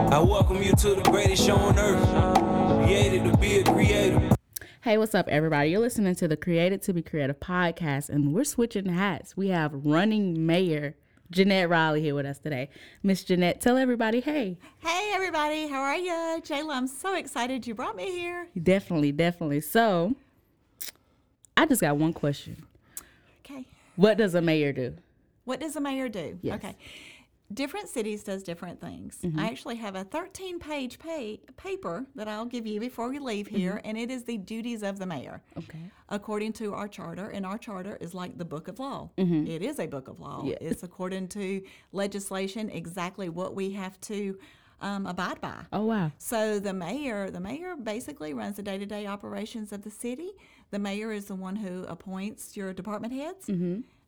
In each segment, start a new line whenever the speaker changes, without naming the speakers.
I welcome you to the greatest show on earth. Created to be a creator.
Hey, what's up, everybody? You're listening to the Created to Be Creative podcast, and we're switching hats. We have running mayor Jeanette Riley here with us today. Miss Jeanette, tell everybody, hey,
Hey everybody, how are you? Jayla, I'm so excited you brought me here.
definitely, definitely. So, I just got one question.
Okay.
What does a mayor do?
What does a mayor do? Okay. Different cities does different things. I actually have a 13 page pay, paper that I'll give you before we leave here, and it is the duties of the mayor.
Okay.
According to our charter, and our charter is like the book of law. It is a book of law.
Yeah.
It's according to legislation exactly what we have to um, abide by.
Oh, wow.
So the mayor, the mayor basically runs the day-to-day operations of the city. The mayor is the one who appoints your department heads.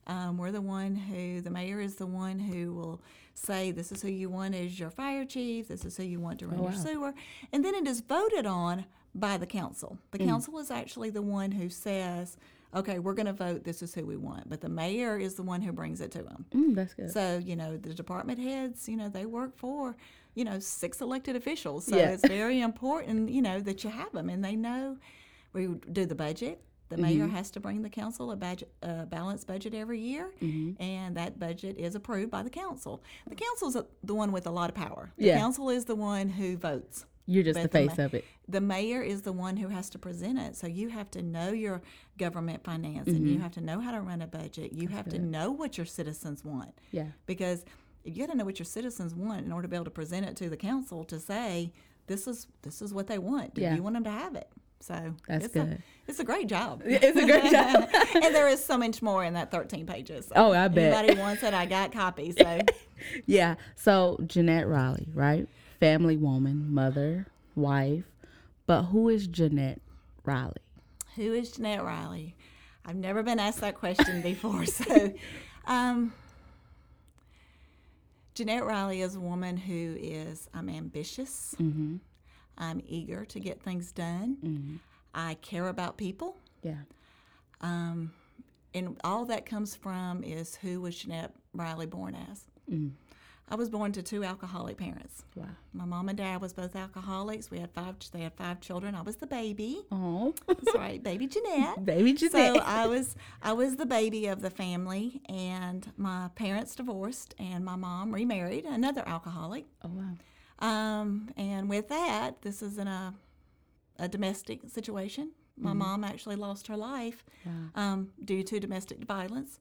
Um, we're the one who, the mayor is the one who will say, this is who you want as your fire chief, this is who you want to run your sewer. And then it is voted on by the council. The council is actually the one who says, okay, we're going to vote, this is who we want. But the mayor is the one who brings it to them.
Mm, that's good.
So, you know, the department heads, you know, they work for, you know, six elected officials. So
Yeah.
it's very important, you know, that you have them and they know we do the budget. The mayor
Mm-hmm.
has to bring the council a, budget, a balanced budget every year,
Mm-hmm.
and that budget is approved by the council. The council's the one with a lot of power. The
Yeah.
council is the one who votes.
You're just the
but the
face
ma-
of it.
The mayor is the one who has to present it. So you have to know your government finance and
Mm-hmm.
you have to know how to run a budget. You have to know what your citizens want.
Yeah.
Because you got to know what your citizens want in order to be able to present it to the council to say this is this is what they want. Do
Yeah.
you want them to have it? So
That's
it's
good.
A, it's a great job.
It's a great job.
and there is so much more in that 13 pages. So
Oh, I bet.
Anybody wants it, I got copies. So
Yeah. So Jeanette Riley, right? Family woman, mother, wife. But who is Jeanette Riley?
Who is Jeanette Riley? I've never been asked that question before. So, um, Jeanette Riley is a woman who is I'm ambitious. I'm eager to get things done. I care about people,
Yeah.
and all that comes from is who was Jeanette Riley born as? I was born to two alcoholic parents.
Wow.
My mom and dad was both alcoholics. We had five. They had five children. I was the baby.
Oh,
That's right, baby Jeanette.
baby Jeanette.
So I was I was the baby of the family, and my parents divorced, and my mom remarried another alcoholic.
oh wow.
Um, and with that, this is in a a domestic situation. My mom actually lost her life um, due to domestic violence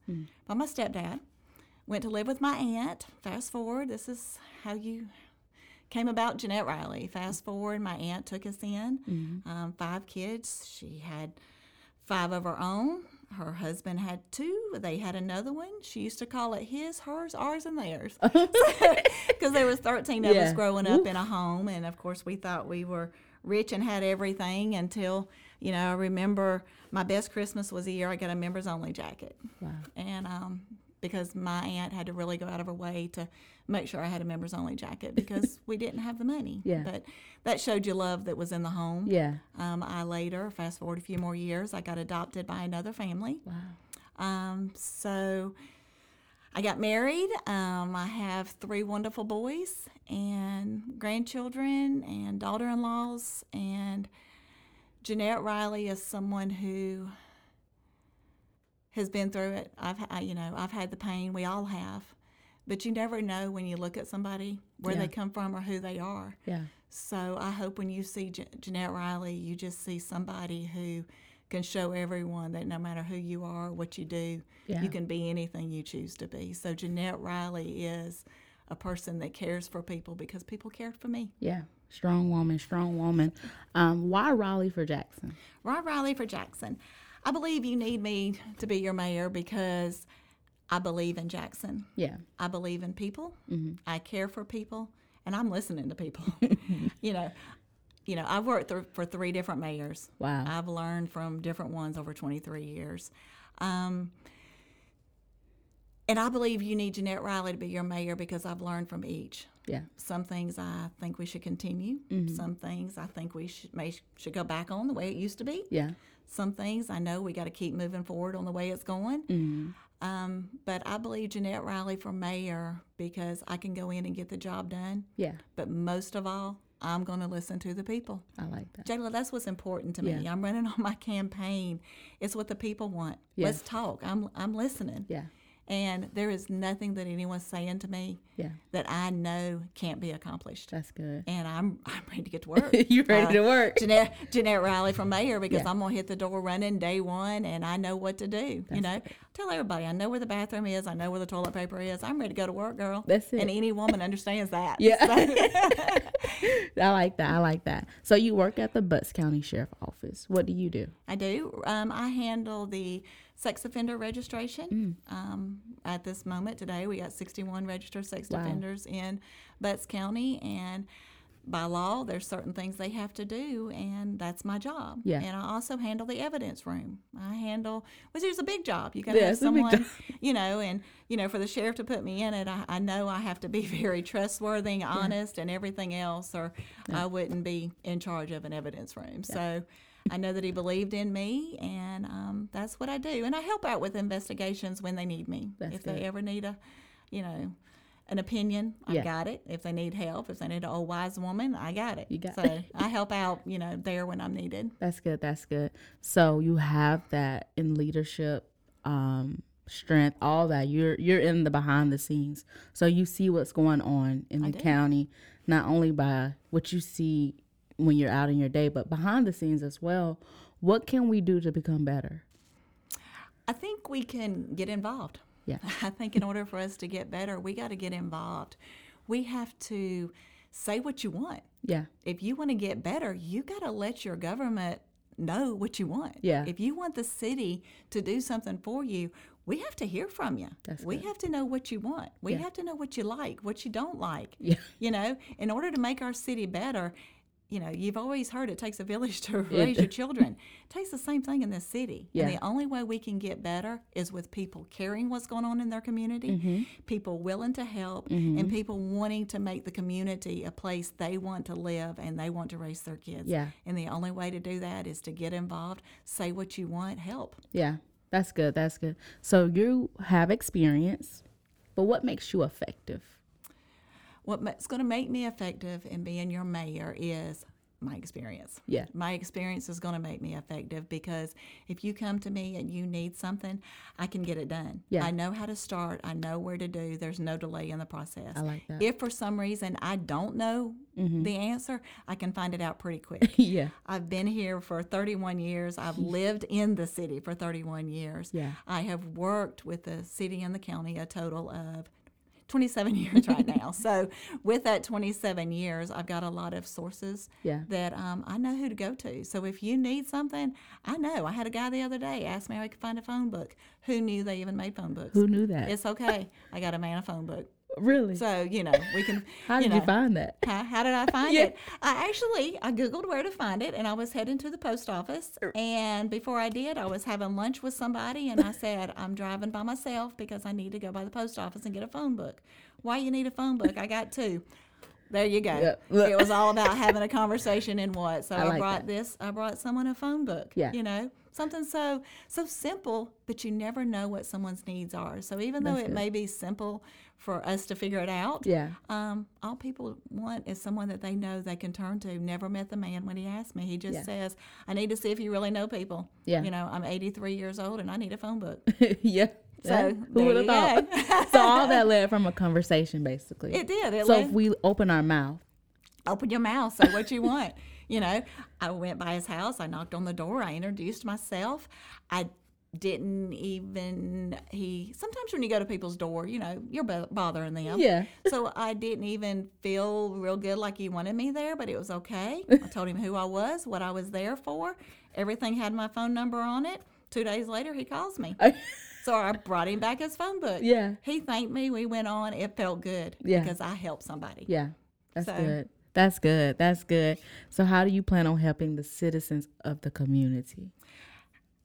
by my stepdad. Went to live with my aunt. Fast forward, this is how you came about Jeanette Riley. Fast forward, my aunt took us in. Um, five kids. She had five of her own. Her husband had two. They had another one. She used to call it his, hers, ours, and theirs because there was 13 of
Yeah.
us growing up in a home and of course we thought we were rich and had everything until you know i remember my best christmas was the year i got a members only jacket
Wow.
and um, because my aunt had to really go out of her way to make sure i had a members only jacket because we didn't have the money
Yeah.
but that showed you love that was in the home
Yeah.
um, i later fast forward a few more years i got adopted by another family
Wow.
um, so I got married. Um, I have three wonderful boys and grandchildren and daughter in laws. And Jeanette Riley is someone who has been through it. I've, ha- I, you know, I've had the pain. We all have. But you never know when you look at somebody where
Yeah.
they come from or who they are.
Yeah.
So I hope when you see Je- Jeanette Riley, you just see somebody who can show everyone that no matter who you are, what you do,
Yeah.
you can be anything you choose to be. So Jeanette Riley is a person that cares for people because people cared for me.
Yeah. Strong woman. Strong woman. Um, why Riley for Jackson?
Rob Riley for Jackson. I believe you need me to be your mayor because I believe in Jackson.
Yeah.
I believe in people. I care for people, and I'm listening to people. you know, you know, I've worked through for three different mayors.
Wow.
I've learned from different ones over 23 years. Um, and I believe you need Jeanette Riley to be your mayor because I've learned from each.
Yeah.
Some things I think we should continue. Some things I think we should, may, should go back on the way it used to be
Yeah.
some things. I know we got to keep moving forward on the way it's going. Um, but I believe Jeanette Riley for mayor because I can go in and get the job done.
Yeah,
But most of all, I'm going to listen to the people.
I like that.
Jayla, that's what's important to me.
Yeah.
I'm running on my campaign. It's what the people want.
Yeah.
Let's talk. I'm I'm listening.
Yeah,
And there is nothing that anyone's saying to me
yeah,
that I know can't be accomplished.
that's good.
And I'm I'm ready to get to work.
you ready
Uh,
to work?
Jeanette, Jeanette Riley from Mayor because
Yeah.
I'm gonna hit the door running day one and I know what to do. you know, tell everybody I know where the bathroom is, I know where the toilet paper is. I'm ready to go to work, girl.
That's
And
it.
any woman understands that.
Yeah. I like that. I like that. So you work at the Butts County Sheriff Office. What do you do?
I do. Um, I handle the sex offender registration.
Mm.
Um, at this moment today, we got 61 registered sex
Wow.
offenders in Butts County, and by law, there's certain things they have to do, and that's my job.
Yeah.
And I also handle the evidence room. I handle, which is a big job. You got to
Yeah,
have
it's a big
someone,
job.
you know, and you know, for the sheriff to put me in it, I, I know I have to be very trustworthy, and honest, and everything else, or I wouldn't be in charge of an evidence room. So. I know that he believed in me, and um, that's what I do. And I help out with investigations when they need me.
That's
if
good.
they ever need a, you know, an opinion, I
Yeah.
got it. If they need help, if they need an old wise woman, I got it.
You got-
so I help out, you know, there when I'm needed.
That's good. That's good. So you have that in leadership, um, strength, all that. You're you're in the behind the scenes, so you see what's going on in the
do.
county, not only by what you see when you're out in your day, but behind the scenes as well. What can we do to become better?
I think we can get involved.
Yeah.
I think in order for us to get better, we got to get involved. We have to say what you want.
Yeah.
if you want to get better, you got to let your government know what you want.
Yeah.
If you want the city to do something for you, we have to hear from you.
That's
we
good.
have to know what you want. We have to know what you like, what you don't like.
Yeah.
You know, in order to make our city better, you know, you've always heard it takes a village to raise your children. It takes the same thing in this city.
Yeah.
And the only way we can get better is with people caring what's going on in their community,
Mm-hmm.
people willing to help, and people wanting to make the community a place they want to live and they want to raise their kids.
Yeah.
And the only way to do that is to get involved, say what you want, help.
Yeah. That's good. That's good. So you have experience, but what makes you effective?
What's going to make me effective in being your mayor is my experience.
Yeah.
My experience is going to make me effective because if you come to me and you need something, I can get it done.
Yeah.
I know how to start, I know where to do. There's no delay in the process.
I like that. Mm-hmm.
If for some reason I don't know the answer, I can find it out pretty quick.
yeah.
I've been here for 31 years. I've lived in the city for 31 years.
Yeah.
I have worked with the city and the county a total of 27 years right now. So, with that 27 years, I've got a lot of sources
Yeah.
that um, I know who to go to. So, if you need something, I know. I had a guy the other day ask me how he could find a phone book. Who knew they even made phone books?
Who knew that?
It's okay. I got a man a phone book.
really?
So, you know, we can.
How
you
did
know,
you find that?
how, how did I find
Yeah.
it? I actually I googled where to find it, and I was heading to the post office.
Er
And before I did, I was having lunch with somebody, and I said I'm driving by myself because I need to go by the post office and get a phone book. Why you need a phone book? I got two. There you go.
Yeah, look.
It was all about having a conversation and what. So
I
I,
like
brought this. I brought someone a phone book.
Yeah.
You know something so so simple, but you never know what someone's needs are. So even though
That's
it
good.
may be simple for us to figure it out,
Yeah.
um, all people want is someone that they know they can turn to. Never met the man when he asked me. He just
Yeah.
says, "I need to see if you really know people."
Yeah.
You know, I'm 83 years old and I need a phone book.
yeah.
So,
who
there
would have
you
thought? so all that led from a conversation, basically.
It did. It
so
led-
if we open our mouth,
Open your mouth, say what you want. You know, I went by his house. I knocked on the door. I introduced myself. I didn't even he. Sometimes when you go to people's door, you know, you're bo- bothering them.
yeah,
so I didn't even feel real good like he wanted me there, but it was okay. I told him who I was, what I was there for. Everything had my phone number on it. Two days later, he calls me. so I brought him back his phone book.
Yeah.
He thanked me. We went on. It felt good
Yeah.
because I helped somebody.
yeah, that's
So-
good. That's good. That's good. So how do you plan on helping the citizens of the community?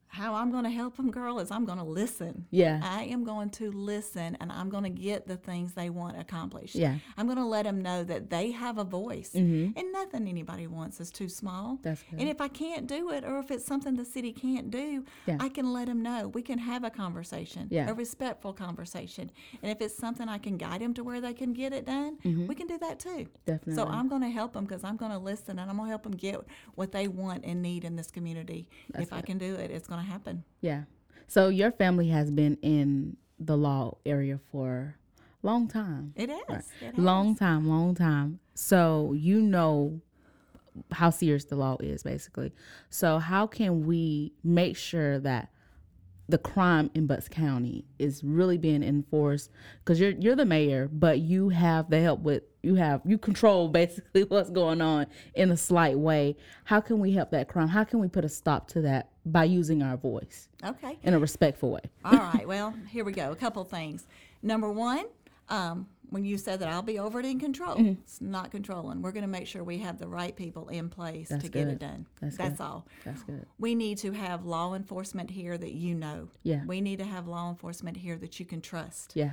How I'm going to help them, girl, is I'm going to listen.
Yeah.
I am going to listen and I'm going to get the things they want accomplished.
Yeah. Mm-hmm.
I'm going to let them know that they have a voice and nothing anybody wants is too small.
That's
And if I can't do it or if it's something the city can't do,
Yeah.
I can let them know. We can have a conversation,
Yeah.
a respectful conversation. And if it's something I can guide them to where they can get it done, we can do that too. So
Mm-hmm. Definitely.
I'm going to help them because I'm going to listen and I'm going to help them get what they want and need in this community. if I can do it, it's going to happen.
Yeah. So your family has been in the law area for a long time.
It is. It is.
Long time, long time. So you know how serious the law is basically. So how can we make sure that the crime in Butts County is really being enforced cuz you're you're the mayor, but you have the help with you have you control basically what's going on in a slight way. How can we help that crime? How can we put a stop to that by using our voice?
Okay.
in a respectful way.
All right. Well, here we go. A couple things. Number one, um, when you said that I'll be over it in control,
Mm-hmm.
it's not controlling. We're going to make sure we have the right people in place to get
good.
it done.
That's
all.
That's good.
We need to have law enforcement here that you know.
Yeah.
We need to have law enforcement here that you can trust.
Yeah.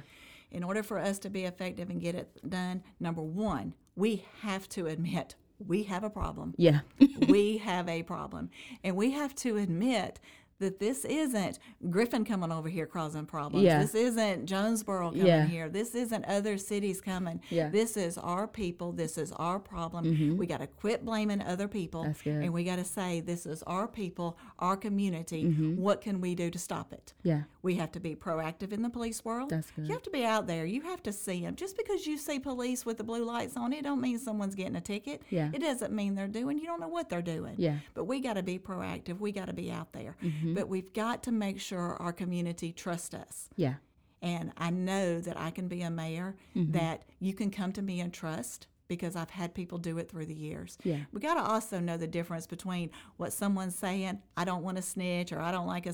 In order for us to be effective and get it done, number one, we have to admit we have a problem
Yeah.
we have a problem. And we have to admit that this isn't Griffin coming over here causing problems.
Yeah.
This isn't Jonesboro coming
Yeah.
here. This isn't other cities coming.
Yeah. Mm-hmm.
This is our people. This is our problem. We got to quit blaming other people.
That's good.
And we got to say, this is our people, our community.
Mm-hmm.
What can we do to stop it?
Yeah.
We have to be proactive in the police world.
That's good.
You have to be out there. You have to see them. Just because you see police with the blue lights on, it don't mean someone's getting a ticket.
Yeah.
It doesn't mean they're doing. You don't know what they're doing.
Yeah. Mm-hmm.
But we got to be proactive. We got to be out there. But we've got to make sure our community trusts us.
Yeah.
And I know that I can be a mayor
Mm-hmm.
that you can come to me and trust because I've had people do it through the years.
Yeah.
We got to also know the difference between what someone's saying, I don't want to snitch or I don't like a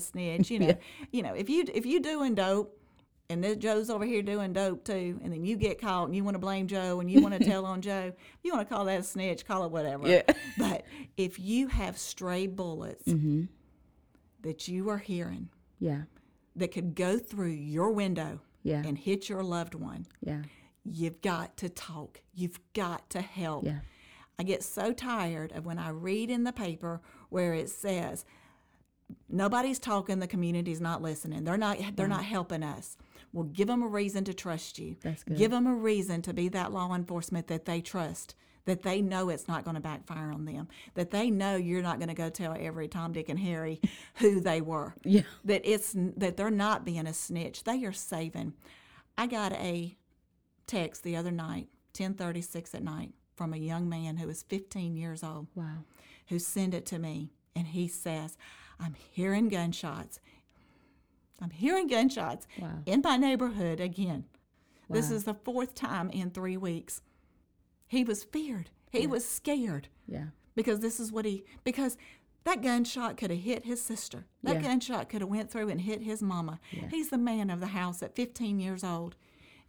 snitch, you know. You know, if you if you doing dope and this Joe's over here doing dope too, and then you get caught and you want to blame Joe and you want to tell on Joe, you want to call that a snitch, call it whatever.
Yeah.
But if you have stray bullets
Mm-hmm.
that you are hearing
Yeah.
that could go through your window
Yeah.
and hit your loved one,
Yeah.
you've got to talk. You've got to help.
Yeah.
I get so tired of when I read in the paper where it says nobody's talking, the community's not listening. They're not they're not helping us. Well, give them a reason to trust you.
That's good.
Give them a reason to be that law enforcement that they trust. That they know it's not going to backfire on them. That they know you're not going to go tell every Tom, Dick, and Harry who they were
Yeah.
that it's that they're not being a snitch. They are saving. I got a text the other night, 10:36 at night, from a young man who was 15 years old
Wow.
who sent it to me, and he says, "I'm hearing gunshots. I'm hearing gunshots
Wow.
in my neighborhood again. This is the fourth time in 3 weeks." He was feared. He was scared
Yeah.
because this is what he because that gunshot could have hit his sister that
Yeah.
gunshot could have went through and hit his mama he's the man of the house at 15 years old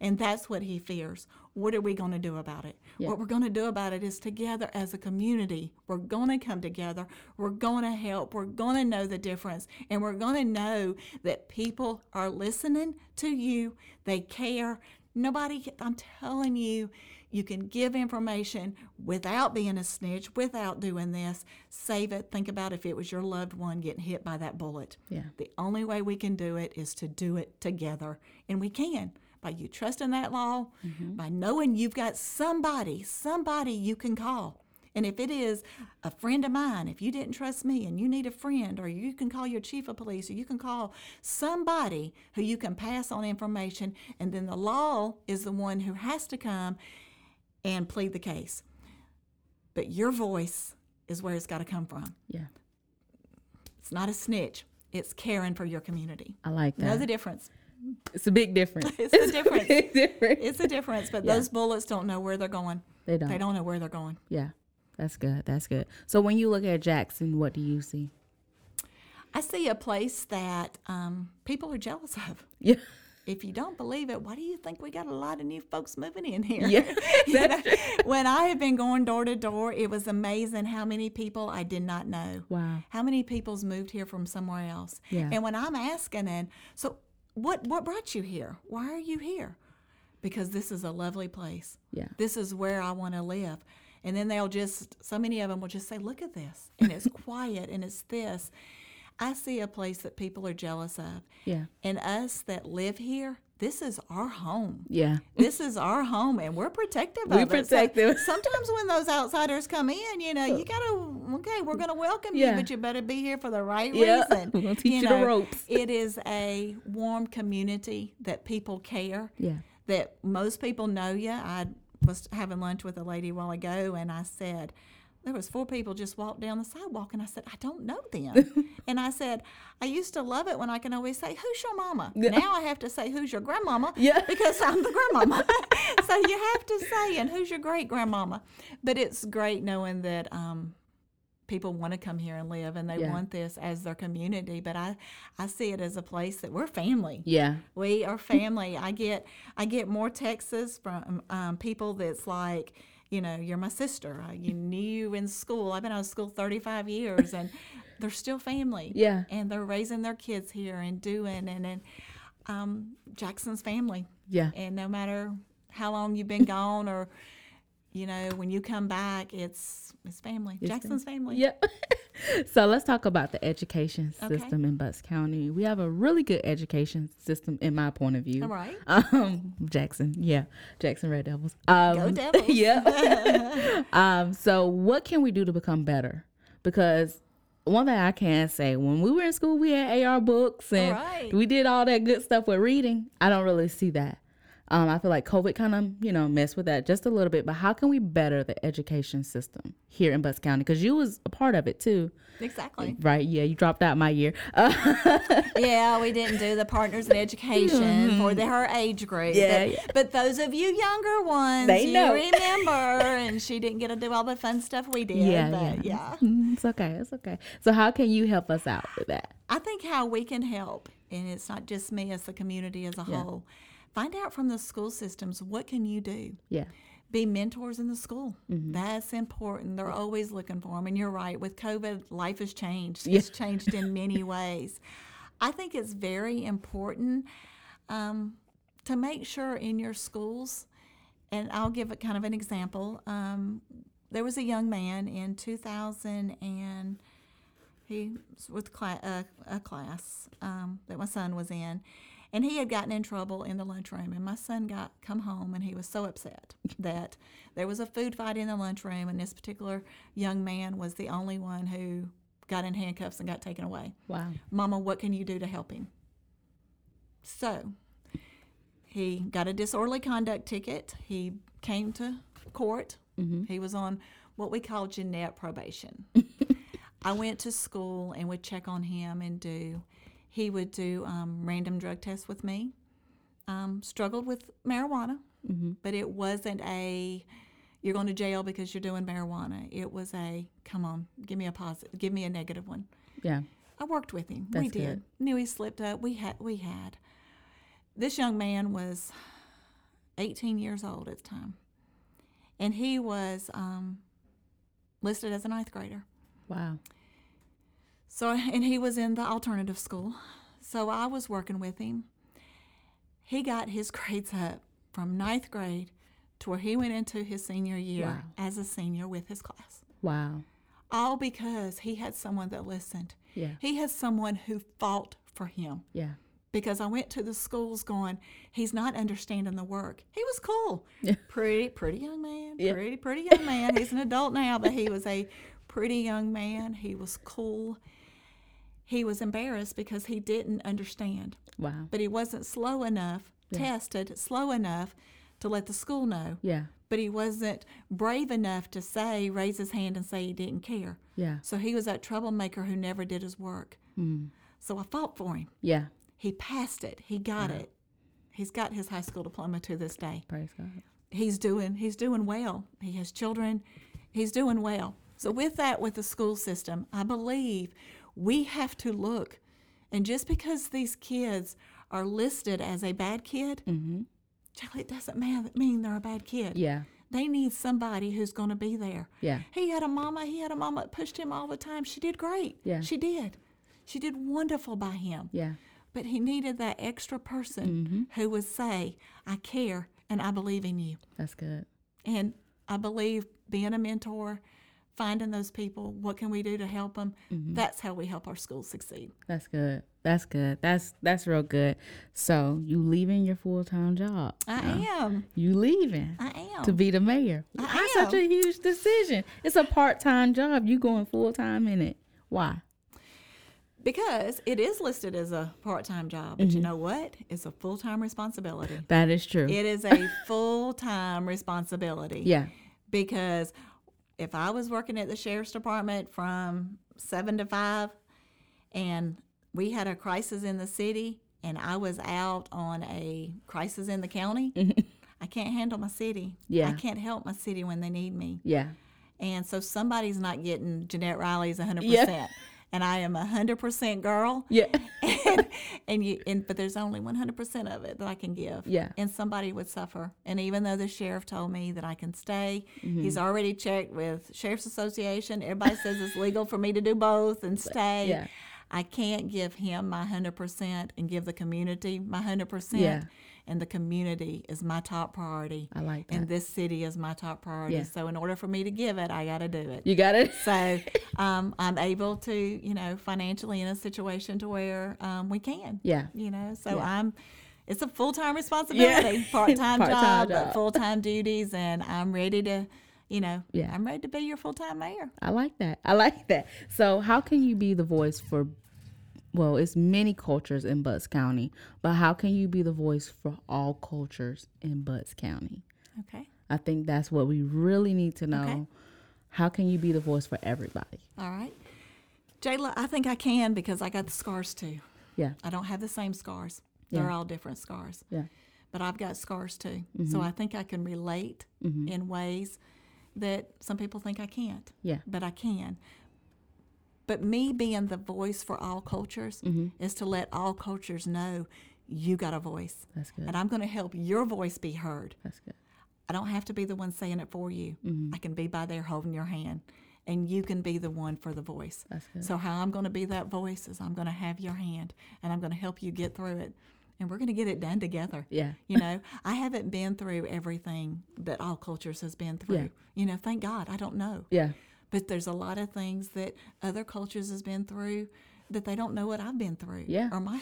and that's what he fears what are we going to do about it what we're going to do about it is together as a community we're going to come together we're going to help we're going to know the difference and we're going to know that people are listening to you they care Nobody, I'm telling you, you can give information without being a snitch, without doing this. Save it. Think about if it was your loved one getting hit by that bullet.
Yeah.
The only way we can do it is to do it together. And we can by you trusting that law, by knowing you've got somebody, somebody you can call. And if it is a friend of mine, if you didn't trust me and you need a friend, or you can call your chief of police, or you can call somebody who you can pass on information, and then the law is the one who has to come and plead the case. But your voice is where it's got to come from.
Yeah.
It's not a snitch, it's caring for your community.
I like
Know
that.
the difference.
it's a big difference.
It's the difference.
big difference.
It's a difference, but those bullets don't know where they're going.
They don't.
They don't know where they're going.
Yeah. That's good. That's good. So when you look at Jackson, what do you see?
I see a place that um, people are jealous of.
Yeah.
if you don't believe it, why do you think we got a lot of new folks moving in here?
Yeah,
You know, when I have been going door to door, it was amazing how many people I did not know.
Wow.
How many people's moved here from somewhere else?
Yeah.
And when I'm asking and so what what brought you here? Why are you here? Because this is a lovely place.
Yeah.
This is where I want to live. And then they'll just so many of them will just say, "Look at this." And it's quiet and it's this. I see a place that people are jealous of.
Yeah.
And us that live here, this is our home
Yeah.
this is our home and we're protective
We
of it. So
protective.
sometimes when those outsiders come in, you know, you gotta okay, we're gonna welcome
Yeah.
you, but you better be here for the right
Yeah.
reason.
We're gonna teach you the ropes.
It is a warm community that people care.
Yeah.
That most people know you. I was having lunch with a lady a while ago and I said there was four people just walked down the sidewalk and I said, I don't know them. and I said, I used to love it when I can always say, Who's your mama? Now I have to say who's your grandmama
Yeah.
because I'm the grandmama. so you have to say, and who's your great grandmama? But it's great knowing that um, people want to come here and live, and they
Yeah.
want this as their community. But I, I see it as a place that we're family.
Yeah.
We are family. I get I get more texts from um, people that's like, you know, you're my sister. I you knew you in school. I've been out of school 35 years, and they're still family.
Yeah.
and they're raising their kids here and doing and and um, Jackson's family.
Yeah.
And no matter how long you've been gone or you know, when you come back, it's it's family. Jackson's family.
Yep. so let's talk about the education system in Bucks County. We have a really good education system, in my point of view.
All right.
Um, Jackson, yeah, Jackson Red Devils. Um,
Go Devils.
yeah. um, so what can we do to become better? Because one thing I can say, when we were in school, we had AR books and
right.
we did all that good stuff with reading. I don't really see that. Um, I feel like COVID kind of, you know, messed with that just a little bit. But how can we better the education system here in Bucks County? Because you was a part of it too,
Exactly.
right? Yeah, you dropped out my year. Uh,
yeah, we didn't do the partners in education for the, her age group.
Mm-hmm. Yeah,
but,
yeah.
but those of you younger ones,
They
you
know.
remember, and she didn't get to do all the fun stuff we did.
Yeah,
but
yeah.
yeah.
Mm, it's okay. It's okay. So how can you help us out with that?
I think how we can help, and it's not just me, it's the community as a whole. Find out from the school systems what can you do.
Yeah.
be mentors in the school. That's important. They're always looking for them. And you're right, with COVID, life has changed. It's changed in many ways. I think it's very important um, to make sure in your schools, and I'll give it kind of an example. Um, there was a young man in 2000 and he was with cla- uh, a class um, that my son was in, and he had gotten in trouble in the lunchroom. And my son got come home, and he was so upset that there was a food fight in the lunchroom, and this particular young man was the only one who got in handcuffs and got taken away.
Wow.
Mama, what can you do to help him? So he got a disorderly conduct ticket. He came to court. He was on what we call Jeanette probation. I went to school and would check on him and do, he would do um, random drug tests with me. Um, struggled with marijuana, but it wasn't a you're going to jail because you're doing marijuana. It was a come on, give me a positive, give me a negative one.
Yeah.
I worked with him. we
That's
did.
good.
Knew he slipped up. We had we had. This young man was 18 years old at the time, and he was um, listed as a ninth grader.
Wow.
So and he was in the alternative school. So I was working with him. He got his grades up from ninth grade to where he went into his senior year
Wow.
as a senior with his class.
Wow.
All because he had someone that listened.
Yeah.
He had someone who fought for him
Yeah.
because I went to the schools going, he's not understanding the work. He was cool. Pretty, pretty young man.
Yeah.
Pretty, pretty young man. He's an adult now, but he was a pretty young man. He was cool. He was embarrassed because he didn't understand,
Wow.
but he wasn't slow enough, tested slow enough to let the school know.
Yeah.
But he wasn't brave enough to say, raise his hand and say he didn't care.
Yeah.
So he was that troublemaker who never did his work. So I fought for him.
Yeah.
He passed it. He got it. He's got his high school diploma to this day.
Praise God.
He's doing he's doing well. He has children. He's doing well. So with that with the school system, I believe we have to look and just because these kids are listed as a bad kid,
Mm-hmm.
Charlie, it doesn't ma- mean they're a bad kid.
Yeah.
They need somebody who's going to be there.
Yeah.
He had a mama. He had a mama that pushed him all the time. She did great.
Yeah.
She did. She did wonderful by him.
Yeah.
But he needed that extra person who would say, I care and I believe in you.
That's good.
And I believe being a mentor, finding those people, what can we do to help them? That's how we help our schools succeed.
That's good. That's good. That's that's real good. So you leaving your full time job.
I am.
You leaving
I am.
to be the mayor.
Oh. I
That's such a
am.
huge decision. It's a part time job. You going full time in it. Why?
because it is listed as a part time job. But you know what? It's a full time responsibility.
That is true.
It is a full time responsibility.
yeah.
because if I was working at the sheriff's department from seven to five and we had a crisis in the city and I was out on a crisis in the county, I can't handle my city.
Yeah.
I can't help my city when they need me.
Yeah.
And so somebody's not getting Jeanette Riley's 100%.
Yeah.
And I am a 100% girl.
Yeah.
and, and you and but there's only 100% of it that I can give.
Yeah.
And somebody would suffer. And even though the sheriff told me that I can stay, he's
Mm-hmm.
already checked with sheriff's association. Everybody says it's legal for me to do both and stay.
yeah.
I can't give him my 100% and give the community my 100%.
Yeah.
And the community is my top priority.
I like
And
that.
this city is my top priority.
Yeah.
So in order for me to give it, I got to do it.
You got it.
So um, I'm able to, you know, financially in a situation to where um, we can.
Yeah.
You know, so I'm. It's a full time responsibility, part time
Part-time
job, but
job.
full time duties, and I'm ready to, you know,
Yeah.
I'm ready to be your full time mayor.
I like that. I like that. So, how can you be the voice for, well, it's many cultures in Butts County, but how can you be the voice for all cultures in Butts County?
Okay.
I think that's what we really need to know.
Okay.
How can you be the voice for everybody?
All right. Jayla, I think I can because I got the scars too.
Yeah.
I don't have the same scars. They're all different scars.
Yeah.
but I've got scars too.
Mm-hmm.
So I think I can relate in ways that some people think I can't.
Yeah.
But I can. But me being the voice for all cultures
Mm-hmm.
is to let all cultures know you got a voice.
That's good.
And I'm going to help your voice be heard.
That's good.
I don't have to be the one saying it for you.
Mm-hmm.
I can be by there holding your hand, and you can be the one for the voice.
That's good.
So, how I'm going to be that voice is I'm going to have your hand, and I'm going to help you get through it, and we're going to get it done together.
Yeah.
You know, I haven't been through everything that all cultures has been through. You know, thank God I don't know.
Yeah.
But there's a lot of things that other cultures has been through that they don't know what I've been through.
Yeah.
Or my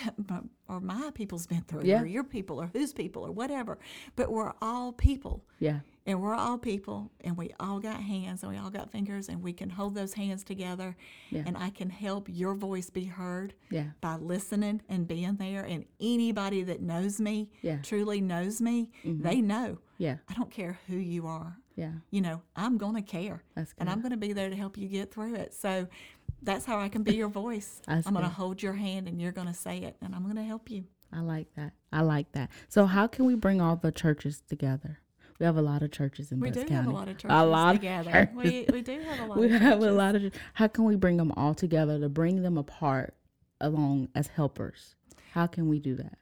or my people's been through.
Yeah.
Or your people or whose people or whatever. But we're all people.
Yeah.
And we're all people and we all got hands and we all got fingers and we can hold those hands together
Yeah.
and I can help your voice be heard
Yeah.
by listening and being there and anybody that knows me
Yeah. Mm-hmm.
truly knows me, they know.
Yeah.
I don't care who you are.
Yeah.
You know, I'm going to care.
That's
And
good.
I'm going to be there to help you get through it. So that's how I can be your voice.
That's
I'm going to
good.
hold your hand and you're going to say it and I'm going to help you.
I like that. I like that. So, how can we bring all the churches together? We have a lot of churches in
We
Butts
do
County.
have a lot of churches
A lot of
together.
churches.
We, we do have a lot
we
of
have a
churches.
lot of how can we bring them all together to bring them apart along as helpers how can we do that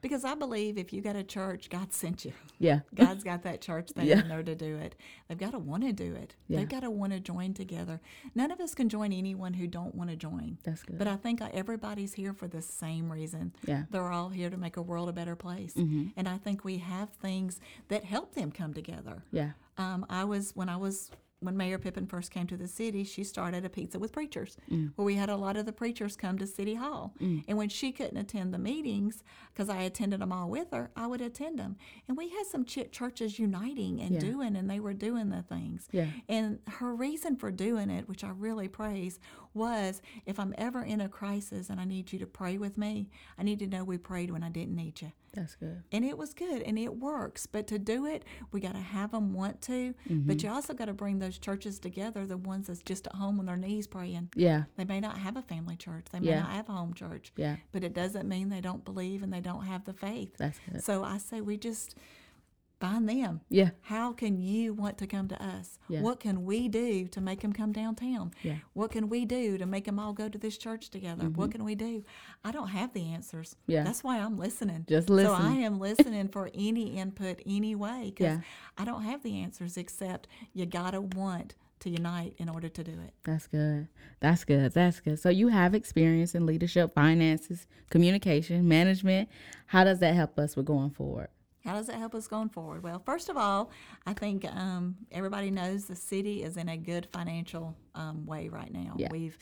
Because I believe if you got a church, God sent you.
yeah
God's got that church there
Yeah.
in there to do it. They've got to want to do it.
Yeah.
They've got to want to join together. None of us can join anyone who don't want to join.
that's good
But I think uh, everybody's here for the same reason.
Yeah. Mm-hmm.
They're all here to make a world a better place. And I think we have things that help them come together.
yeah
Um, I was when I was when Mayor Pippin first came to the city, she started a pizza with preachers,
Mm.
where we had a lot of the preachers come to City Hall. And when she couldn't attend the meetings, because I attended them all with her, I would attend them. And we had some ch- churches uniting and
Yeah.
doing, and they were doing the things.
Yeah.
And her reason for doing it, which I really praise, was if I'm ever in a crisis and I need you to pray with me, I need to know we prayed when I didn't need you
that's good
and it was good and it works but to do it we got to have them want to
Mm-hmm.
but you also got to bring those churches together the ones that's just at home on their knees praying
yeah
they may not have a family church they may
Yeah.
not have a home church
Yeah.
but it doesn't mean they don't believe and they don't have the faith
that's good
so i say we just find them.
Yeah.
How can you want to come to us?
Yeah.
What can we do to make them come downtown?
Yeah.
What can we do to make them all go to this church together? What can we do? I don't have the answers.
Mm-hmm. Yeah.
That's why I'm listening.
Just
So I
listen.
am listening for any input, any way, because
Yeah.
I don't have the answers except you gotta want to unite in order to do it.
That's good. That's good. That's good. So you have experience in leadership, finances, communication, management. How does that help us with going forward?
How does it help us going forward? Well, first of all, I think um, everybody knows the city is in a good financial um, way right now.
Yeah.
We've,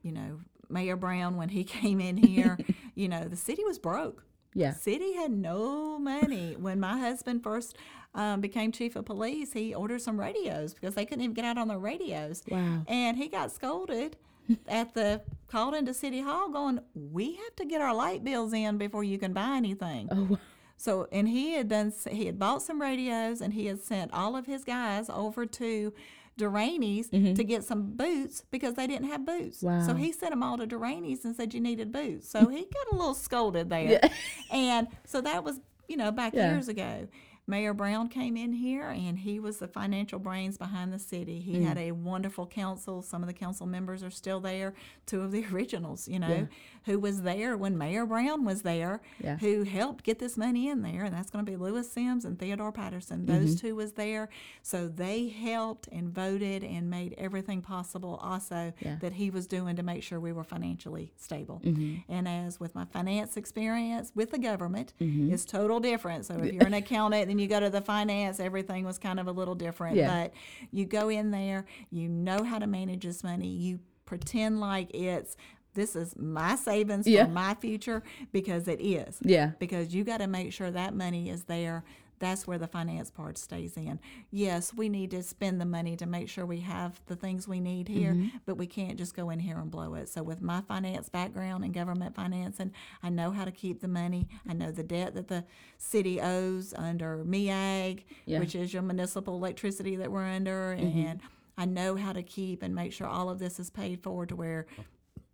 you know, Mayor Brown when he came in here, you know, the city was broke.
Yeah.
City had no money. When my husband first um, became chief of police, he ordered some radios because they couldn't even get out on the radios.
Wow.
And he got scolded at the called into City Hall going, We have to get our light bills in before you can buy anything.
Oh,
So, and he had done, he had bought some radios and he had sent all of his guys over to Duraney's to get some boots because they didn't have boots.
Mm-hmm. Wow.
So he sent them all to Duraney's and said, you needed boots. So he got a little scolded there. And so that was, you know, back
Yeah.
years ago. Mayor Brown came in here and he was the financial brains behind the city. He had
Mm.
a wonderful council. Some of the council members are still there, two of the originals, you know, who was there when Mayor Brown was there
Yeah.
who helped get this money in there, and that's going to be Lewis Sims and Theodore Patterson. Those
Mm-hmm.
two was there, so they helped and voted and made everything possible. Also,
Yeah.
that he was doing to make sure we were financially stable.
Mm-hmm.
And as with my finance experience with the government,
Mm-hmm.
it's total different. So if you're an accountant, then you go to the finance. Everything was kind of a little different,
Yeah.
but you go in there, you know how to manage this money. You pretend like it's this is my savings
Yeah.
for my future because it is.
yeah.
Because you got to make sure that money is there. That's where the finance part stays in. Yes, we need to spend the money to make sure we have the things we need here,
Mm-hmm.
but we can't just go in here and blow it. So, with my finance background and government financing, I know how to keep the money. I know the debt that the city owes under MEAG,
Yeah. Mm-hmm.
which is your municipal electricity that we're under, and I know how to keep and make sure all of this is paid for to where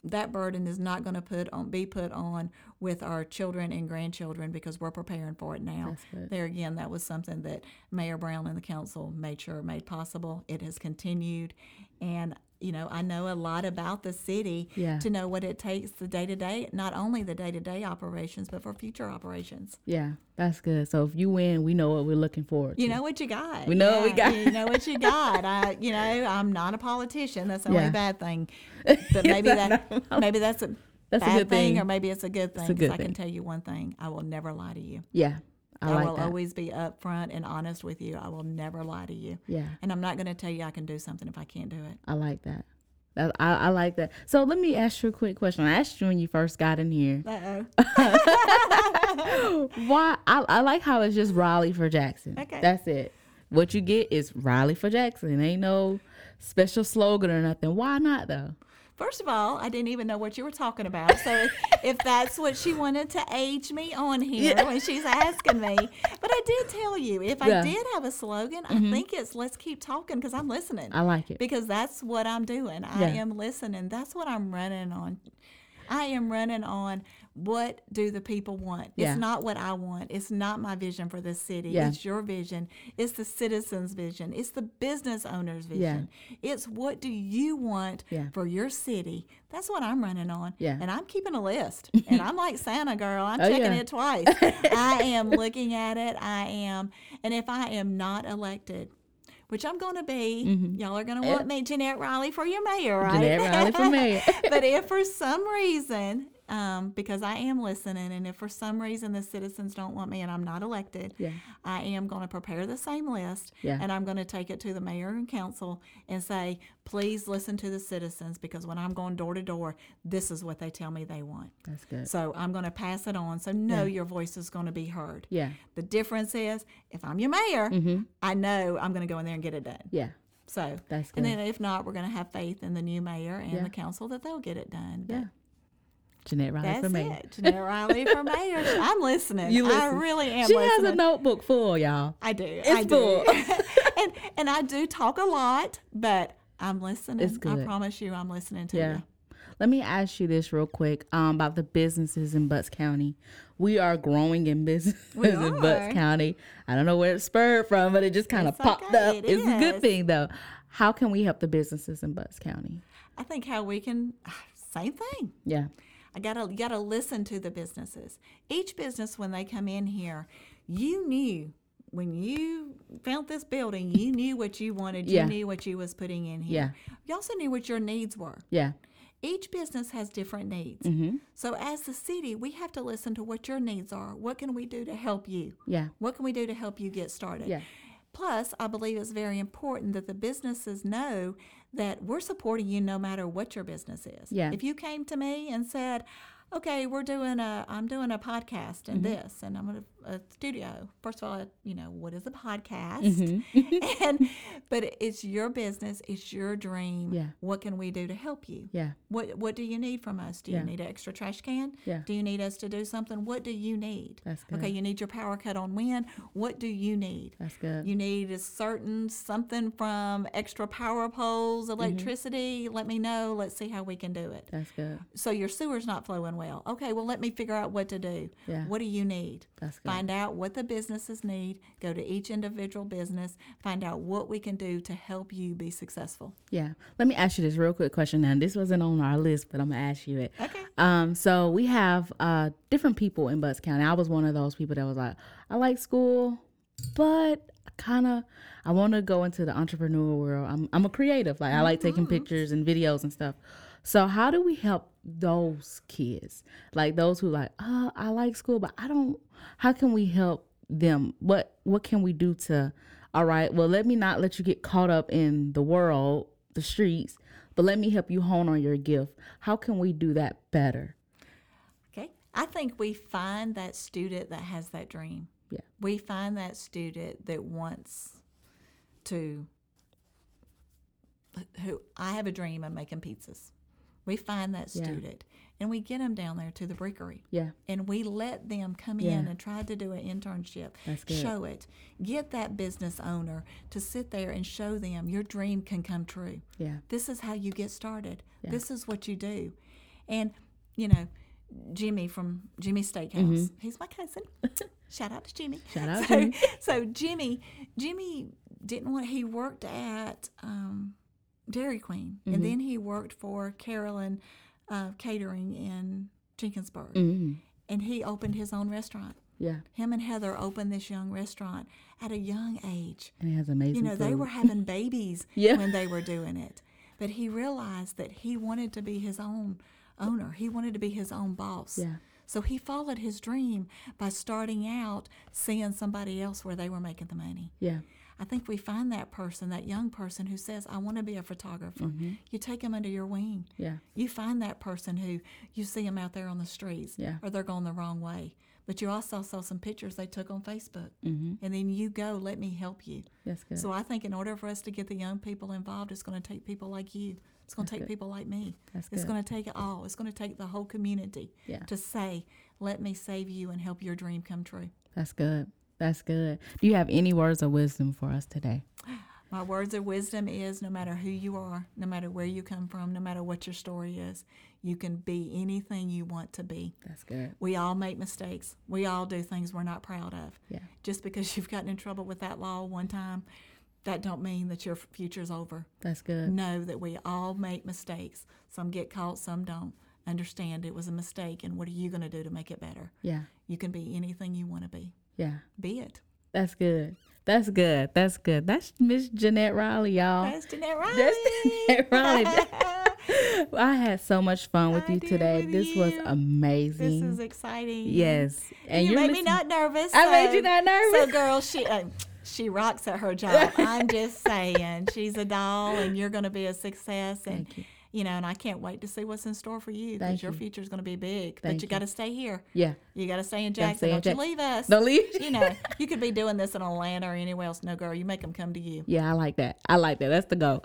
that burden is not going to put on be put on with our children and grandchildren because we're preparing for it now. There again, that was something that Mayor Brown and the council made sure made possible. It has continued, and you know I know a lot about the city
Yeah.
to know what it takes the day to day, not only the day to day operations but for future operations.
Yeah. That's good. So if you win, we know what we're looking forward to.
You know what you got.
We know what we got.
You know what you got. I, you know, I'm not a politician. That's the
Yeah.
only bad thing. But maybe that, maybe that's a
That's a
bad
good
thing,
thing.
or maybe it's a good thing.
a
'cause
good
I
thing.
can tell you one thing: I will never lie to you.
yeah. I,
I,
like
will
that.
always be upfront and honest with you. I will never lie to you.
Yeah.
And I'm not going to tell you I can do something if I can't do it.
I like that. That, I, I like that. So let me ask you a quick question. I asked you when you first got in here.
Uh oh.
Why I, I like how it's just Raleigh for Jackson.
Okay.
That's it. What you get is Raleigh for Jackson. Ain't no special slogan or nothing. Why not though?
First of all, I didn't even know what you were talking about. So if, if that's what she wanted to age me on here when she's asking me, but I did tell you if
Yeah. Mm-hmm.
I did have a slogan, I think it's "Let's keep talking" because I'm listening.
I like it.
because that's what I'm doing. I
Yeah.
am listening. That's what I'm running on. I am running on what do the people want.
Yeah.
It's not what I want. It's not my vision for this city.
Yeah.
It's your vision. It's the citizens' vision. It's the business owner's vision. It's what do you want
Yeah.
for your city. That's what I'm running on.
Yeah.
And I'm keeping a list. and I'm like Santa girl. I'm
Oh,
checking
yeah.
it twice. I am looking at it. I am. And if I am not elected, which I'm going to be, y'all are going to want me, Jeanette Riley, for your mayor, right?
Mm-hmm. Eh. Jeanette Riley for mayor.
but if for some reason, um, because I am listening, and if for some reason the citizens don't want me and I'm not elected,
Yeah.
I am going to prepare the same list
Yeah.
and I'm going to take it to the mayor and council and say, please listen to the citizens because when I'm going door to door, this is what they tell me they want.
That's good.
So I'm going to pass it on. So know your voice is going to be heard.
Yeah.
The difference is if I'm your mayor,
Mm-hmm.
I know I'm going to go in there and get it done.
Yeah.
So
That's
And
good.
then if not, we're going to have faith in the new mayor and
Yeah.
the council that they'll get it done. But
Yeah. Jeanette Riley
That's
for mayor.
it. Jeanette Riley for mayor. I'm listening.
You
I
listen.
really am
She has
listening.
a notebook full, y'all.
I do.
It's
I do.
full.
and and I do talk a lot, but I'm listening.
It's good.
I promise you, I'm listening to
Yeah.
you.
Let me ask you this real quick um, about the businesses in Butts County. We are growing in business
We
in Butts
are.
County. I don't know where it spurred from, but it just kind of
It's
popped
okay,
up.
it
it's a good
is.
thing though. How can we help the businesses in Butts County?
I think how we can same thing.
Yeah.
I gotta you gotta listen to the businesses. Each business when they come in here, you knew when you found this building, you knew what you wanted.
Yeah.
You knew what you was putting in here. You also knew what your needs were.
Yeah.
Each business has different needs. So as the city, we have to listen to what your needs are. What can we do to help you?
Yeah.
What can we do to help you get started?
Yeah.
Plus, I believe it's very important that the businesses know that we're supporting you no matter what your business is.
Yeah.
If you came to me and said, "Okay, we're doing a, I'm doing a podcast
Mm-hmm.
and this, and I'm going to a studio." First of all, you know what is a podcast,
Mm-hmm.
and but it's your business, it's your dream.
Yeah.
What can we do to help you?
Yeah.
What What do you need from us? Do
Yeah.
you need an extra trash can?
Yeah.
Do you need us to do something? What do you need?
That's
Okay,
good.
you need your power cut on wind. What do you need?
That's good.
You need a certain something from extra power poles, electricity. Let me know. Let's see how we can do it.
Mm-hmm. That's good.
So your sewer's not flowing well. Okay, well let me figure out what to do.
Yeah.
What do you need?
That's good.
Find out what the businesses need. Go to each individual business. Find out what we can do to help you be successful.
Yeah. Let me ask you this real quick question. Now, this wasn't on our list, but I'm gonna ask you it.
Okay.
Um, so we have uh different people in Butts County. I was one of those people that was like, I like school, but kind of I want to go into the entrepreneur world. I'm I'm a creative. Like I like taking pictures and videos and stuff. So how do we help those kids? Like those who like, uh, I like school, but I don't. How can we help them? What what can we do to all right, well, let me not let you get caught up in the world, the streets, but let me help you hone on your gift. How can we do that better?
Okay. I think we find that student that has that dream.
Yeah.
We find that student that wants to who I have a dream of making pizzas. We find that
Yeah.
student and we get them down there to the brickery.
Yeah,
And we let them come in
Yeah.
and try to do an internship.
That's good.
Show it. Get that business owner to sit there and show them your dream can come true
yeah,
this is how you get started. This is what you do. And, you know, Jimmy from Jimmy Steakhouse, he's my cousin. Shout out to Jimmy. Mm-hmm. Shout
out,
so, Jimmy. So Jimmy, Jimmy didn't want, he worked at um, Dairy Queen and then he worked for Carolyn uh, Catering in Jenkinsburg. And he opened his own restaurant.
Mm-hmm. yeah.
Him and Heather opened this young restaurant at a young age
And it has amazing.
you know they
food.
were having babies
Yeah.
when they were doing it but he realized that he wanted to be his own owner he wanted to be his own boss
Yeah.
so he followed his dream by starting out seeing somebody else where they were making the money
Yeah,
I think we find that person, that young person who says, I want to be a photographer.
Mm-hmm.
You take them under your wing.
Yeah.
You find that person who you see them out there on the streets
Yeah.
or they're going the wrong way. But you also saw some pictures they took on Facebook.
Mm-hmm.
And then you go, let me help you.
that's good.
So I think in order for us to get the young people involved, it's going to take people like you. It's going to take people like me.
That's
it's
good.
going to take it all. It's going to take the whole community
Yeah.
to say, let me save you and help your dream come true.
that's good. That's good. Do you have any words of wisdom for us today?
My words of wisdom is no matter who you are, no matter where you come from, no matter what your story is, you can be anything you want to be.
That's good.
We all make mistakes. We all do things we're not proud of.
Yeah.
Just because you've gotten in trouble with that law one time, that don't mean that your f- future's over.
That's good.
know that we all make mistakes. Some get caught, some don't. Understand it was a mistake, and what are you going to do to make it better?
Yeah,
You can be anything you want to be.
yeah.
Be it.
That's good. That's good. That's good. That's Miss Jeanette Riley, y'all.
That's Jeanette Riley.
That's Jeanette Riley. I had so much fun with
I
you
did
today.
with
this was
you.
amazing.
this is exciting.
Yes,
you
you're
made me
listening-
not nervous.
I made you
so-
not nervous.
So, girl, she uh, she rocks at her job. I'm just saying, she's a doll, and you're going to be a success. And
Thank you.
know, and I can't wait to see what's in store for you
Thank
because your
you.
future's going to be big.
Thank
but
you.
you got to stay here.
Yeah,
You got to stay in
Gotta
Jackson.
stay in
Don't
Jack-
you leave us.
Don't leave.
you know, you could be doing this in Atlanta or anywhere else. No, girl, you make them come to you.
yeah, I like that. I like that. That's the goal.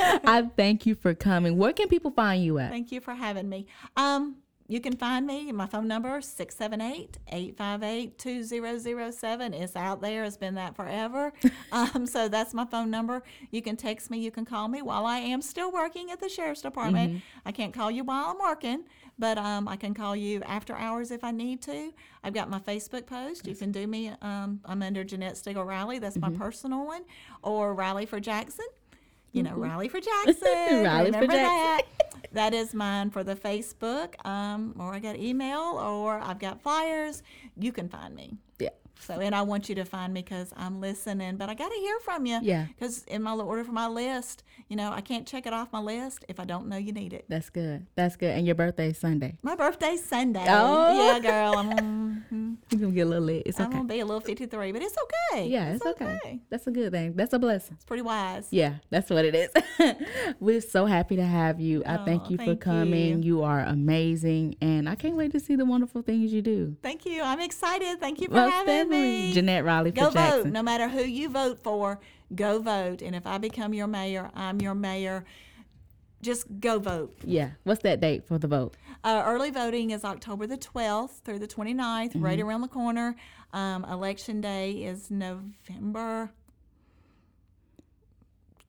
I thank you for coming. Where can people find you at?
Thank you for having me. Um, you can find me. My phone number 678-858-2007. It's out there. It's been that forever. um, so that's my phone number. You can text me. You can call me. While I am still working at the sheriff's department, I can't call you while I'm working, but um, I can call you after hours if I need to. I've got my Facebook post. You can do me. Um, I'm under Jeanette Stigl Riley. That's my personal one, or Riley for Jackson. You know, Riley for Jackson.
Riley Mm-hmm. for
Remember
Jackson.
that that. That is mine for the Facebook, um, or I got email, or I've got flyers. You can find me.
Yeah.
So, and I want you to find me because I'm listening, but I got to hear from you.
Yeah.
Because in my order for my list, you know, I can't check it off my list if I don't know you need it.
That's good. That's good. And your birthday is Sunday.
My birthday's Sunday.
Oh.
Yeah, girl. I'm, mhm.
You're going to get a little lit. It's
I'm
okay.
going to be a little 53, but it's okay.
yeah, it's, okay. That's a good thing. That's a blessing.
It's pretty wise.
Yeah, that's what it is. We're so happy to have you. I thank
Aw,
you for
thank
coming. You. are amazing. And I can't wait to see the wonderful things you do.
Thank you. I'm excited. Thank you for
Most
having
definitely.
me.
Jeanette Riley
Go
for Jackson.
vote. No matter who you vote for, go vote. And if I become your mayor, I'm your mayor. Just go vote.
Yeah. What's that date for the vote?
Uh, early voting is October the 12th through the 29th, ninth, right
Mm-hmm.
around the corner. Um, election day is November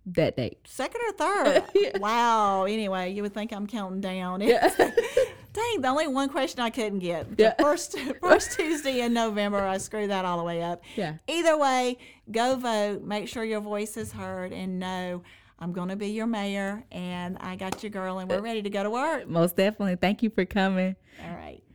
That date.
second or third. Wow. Anyway, you would think I'm counting down. Dang, the only one question I couldn't get. The
Yeah.
first first Tuesday in November, I screwed that all the way up.
Yeah.
Either way, go vote. Make sure your voice is heard and know I'm going to be your mayor and I got your girl and we're ready to go to work.
Most definitely. Thank you for coming.
Uh, All right.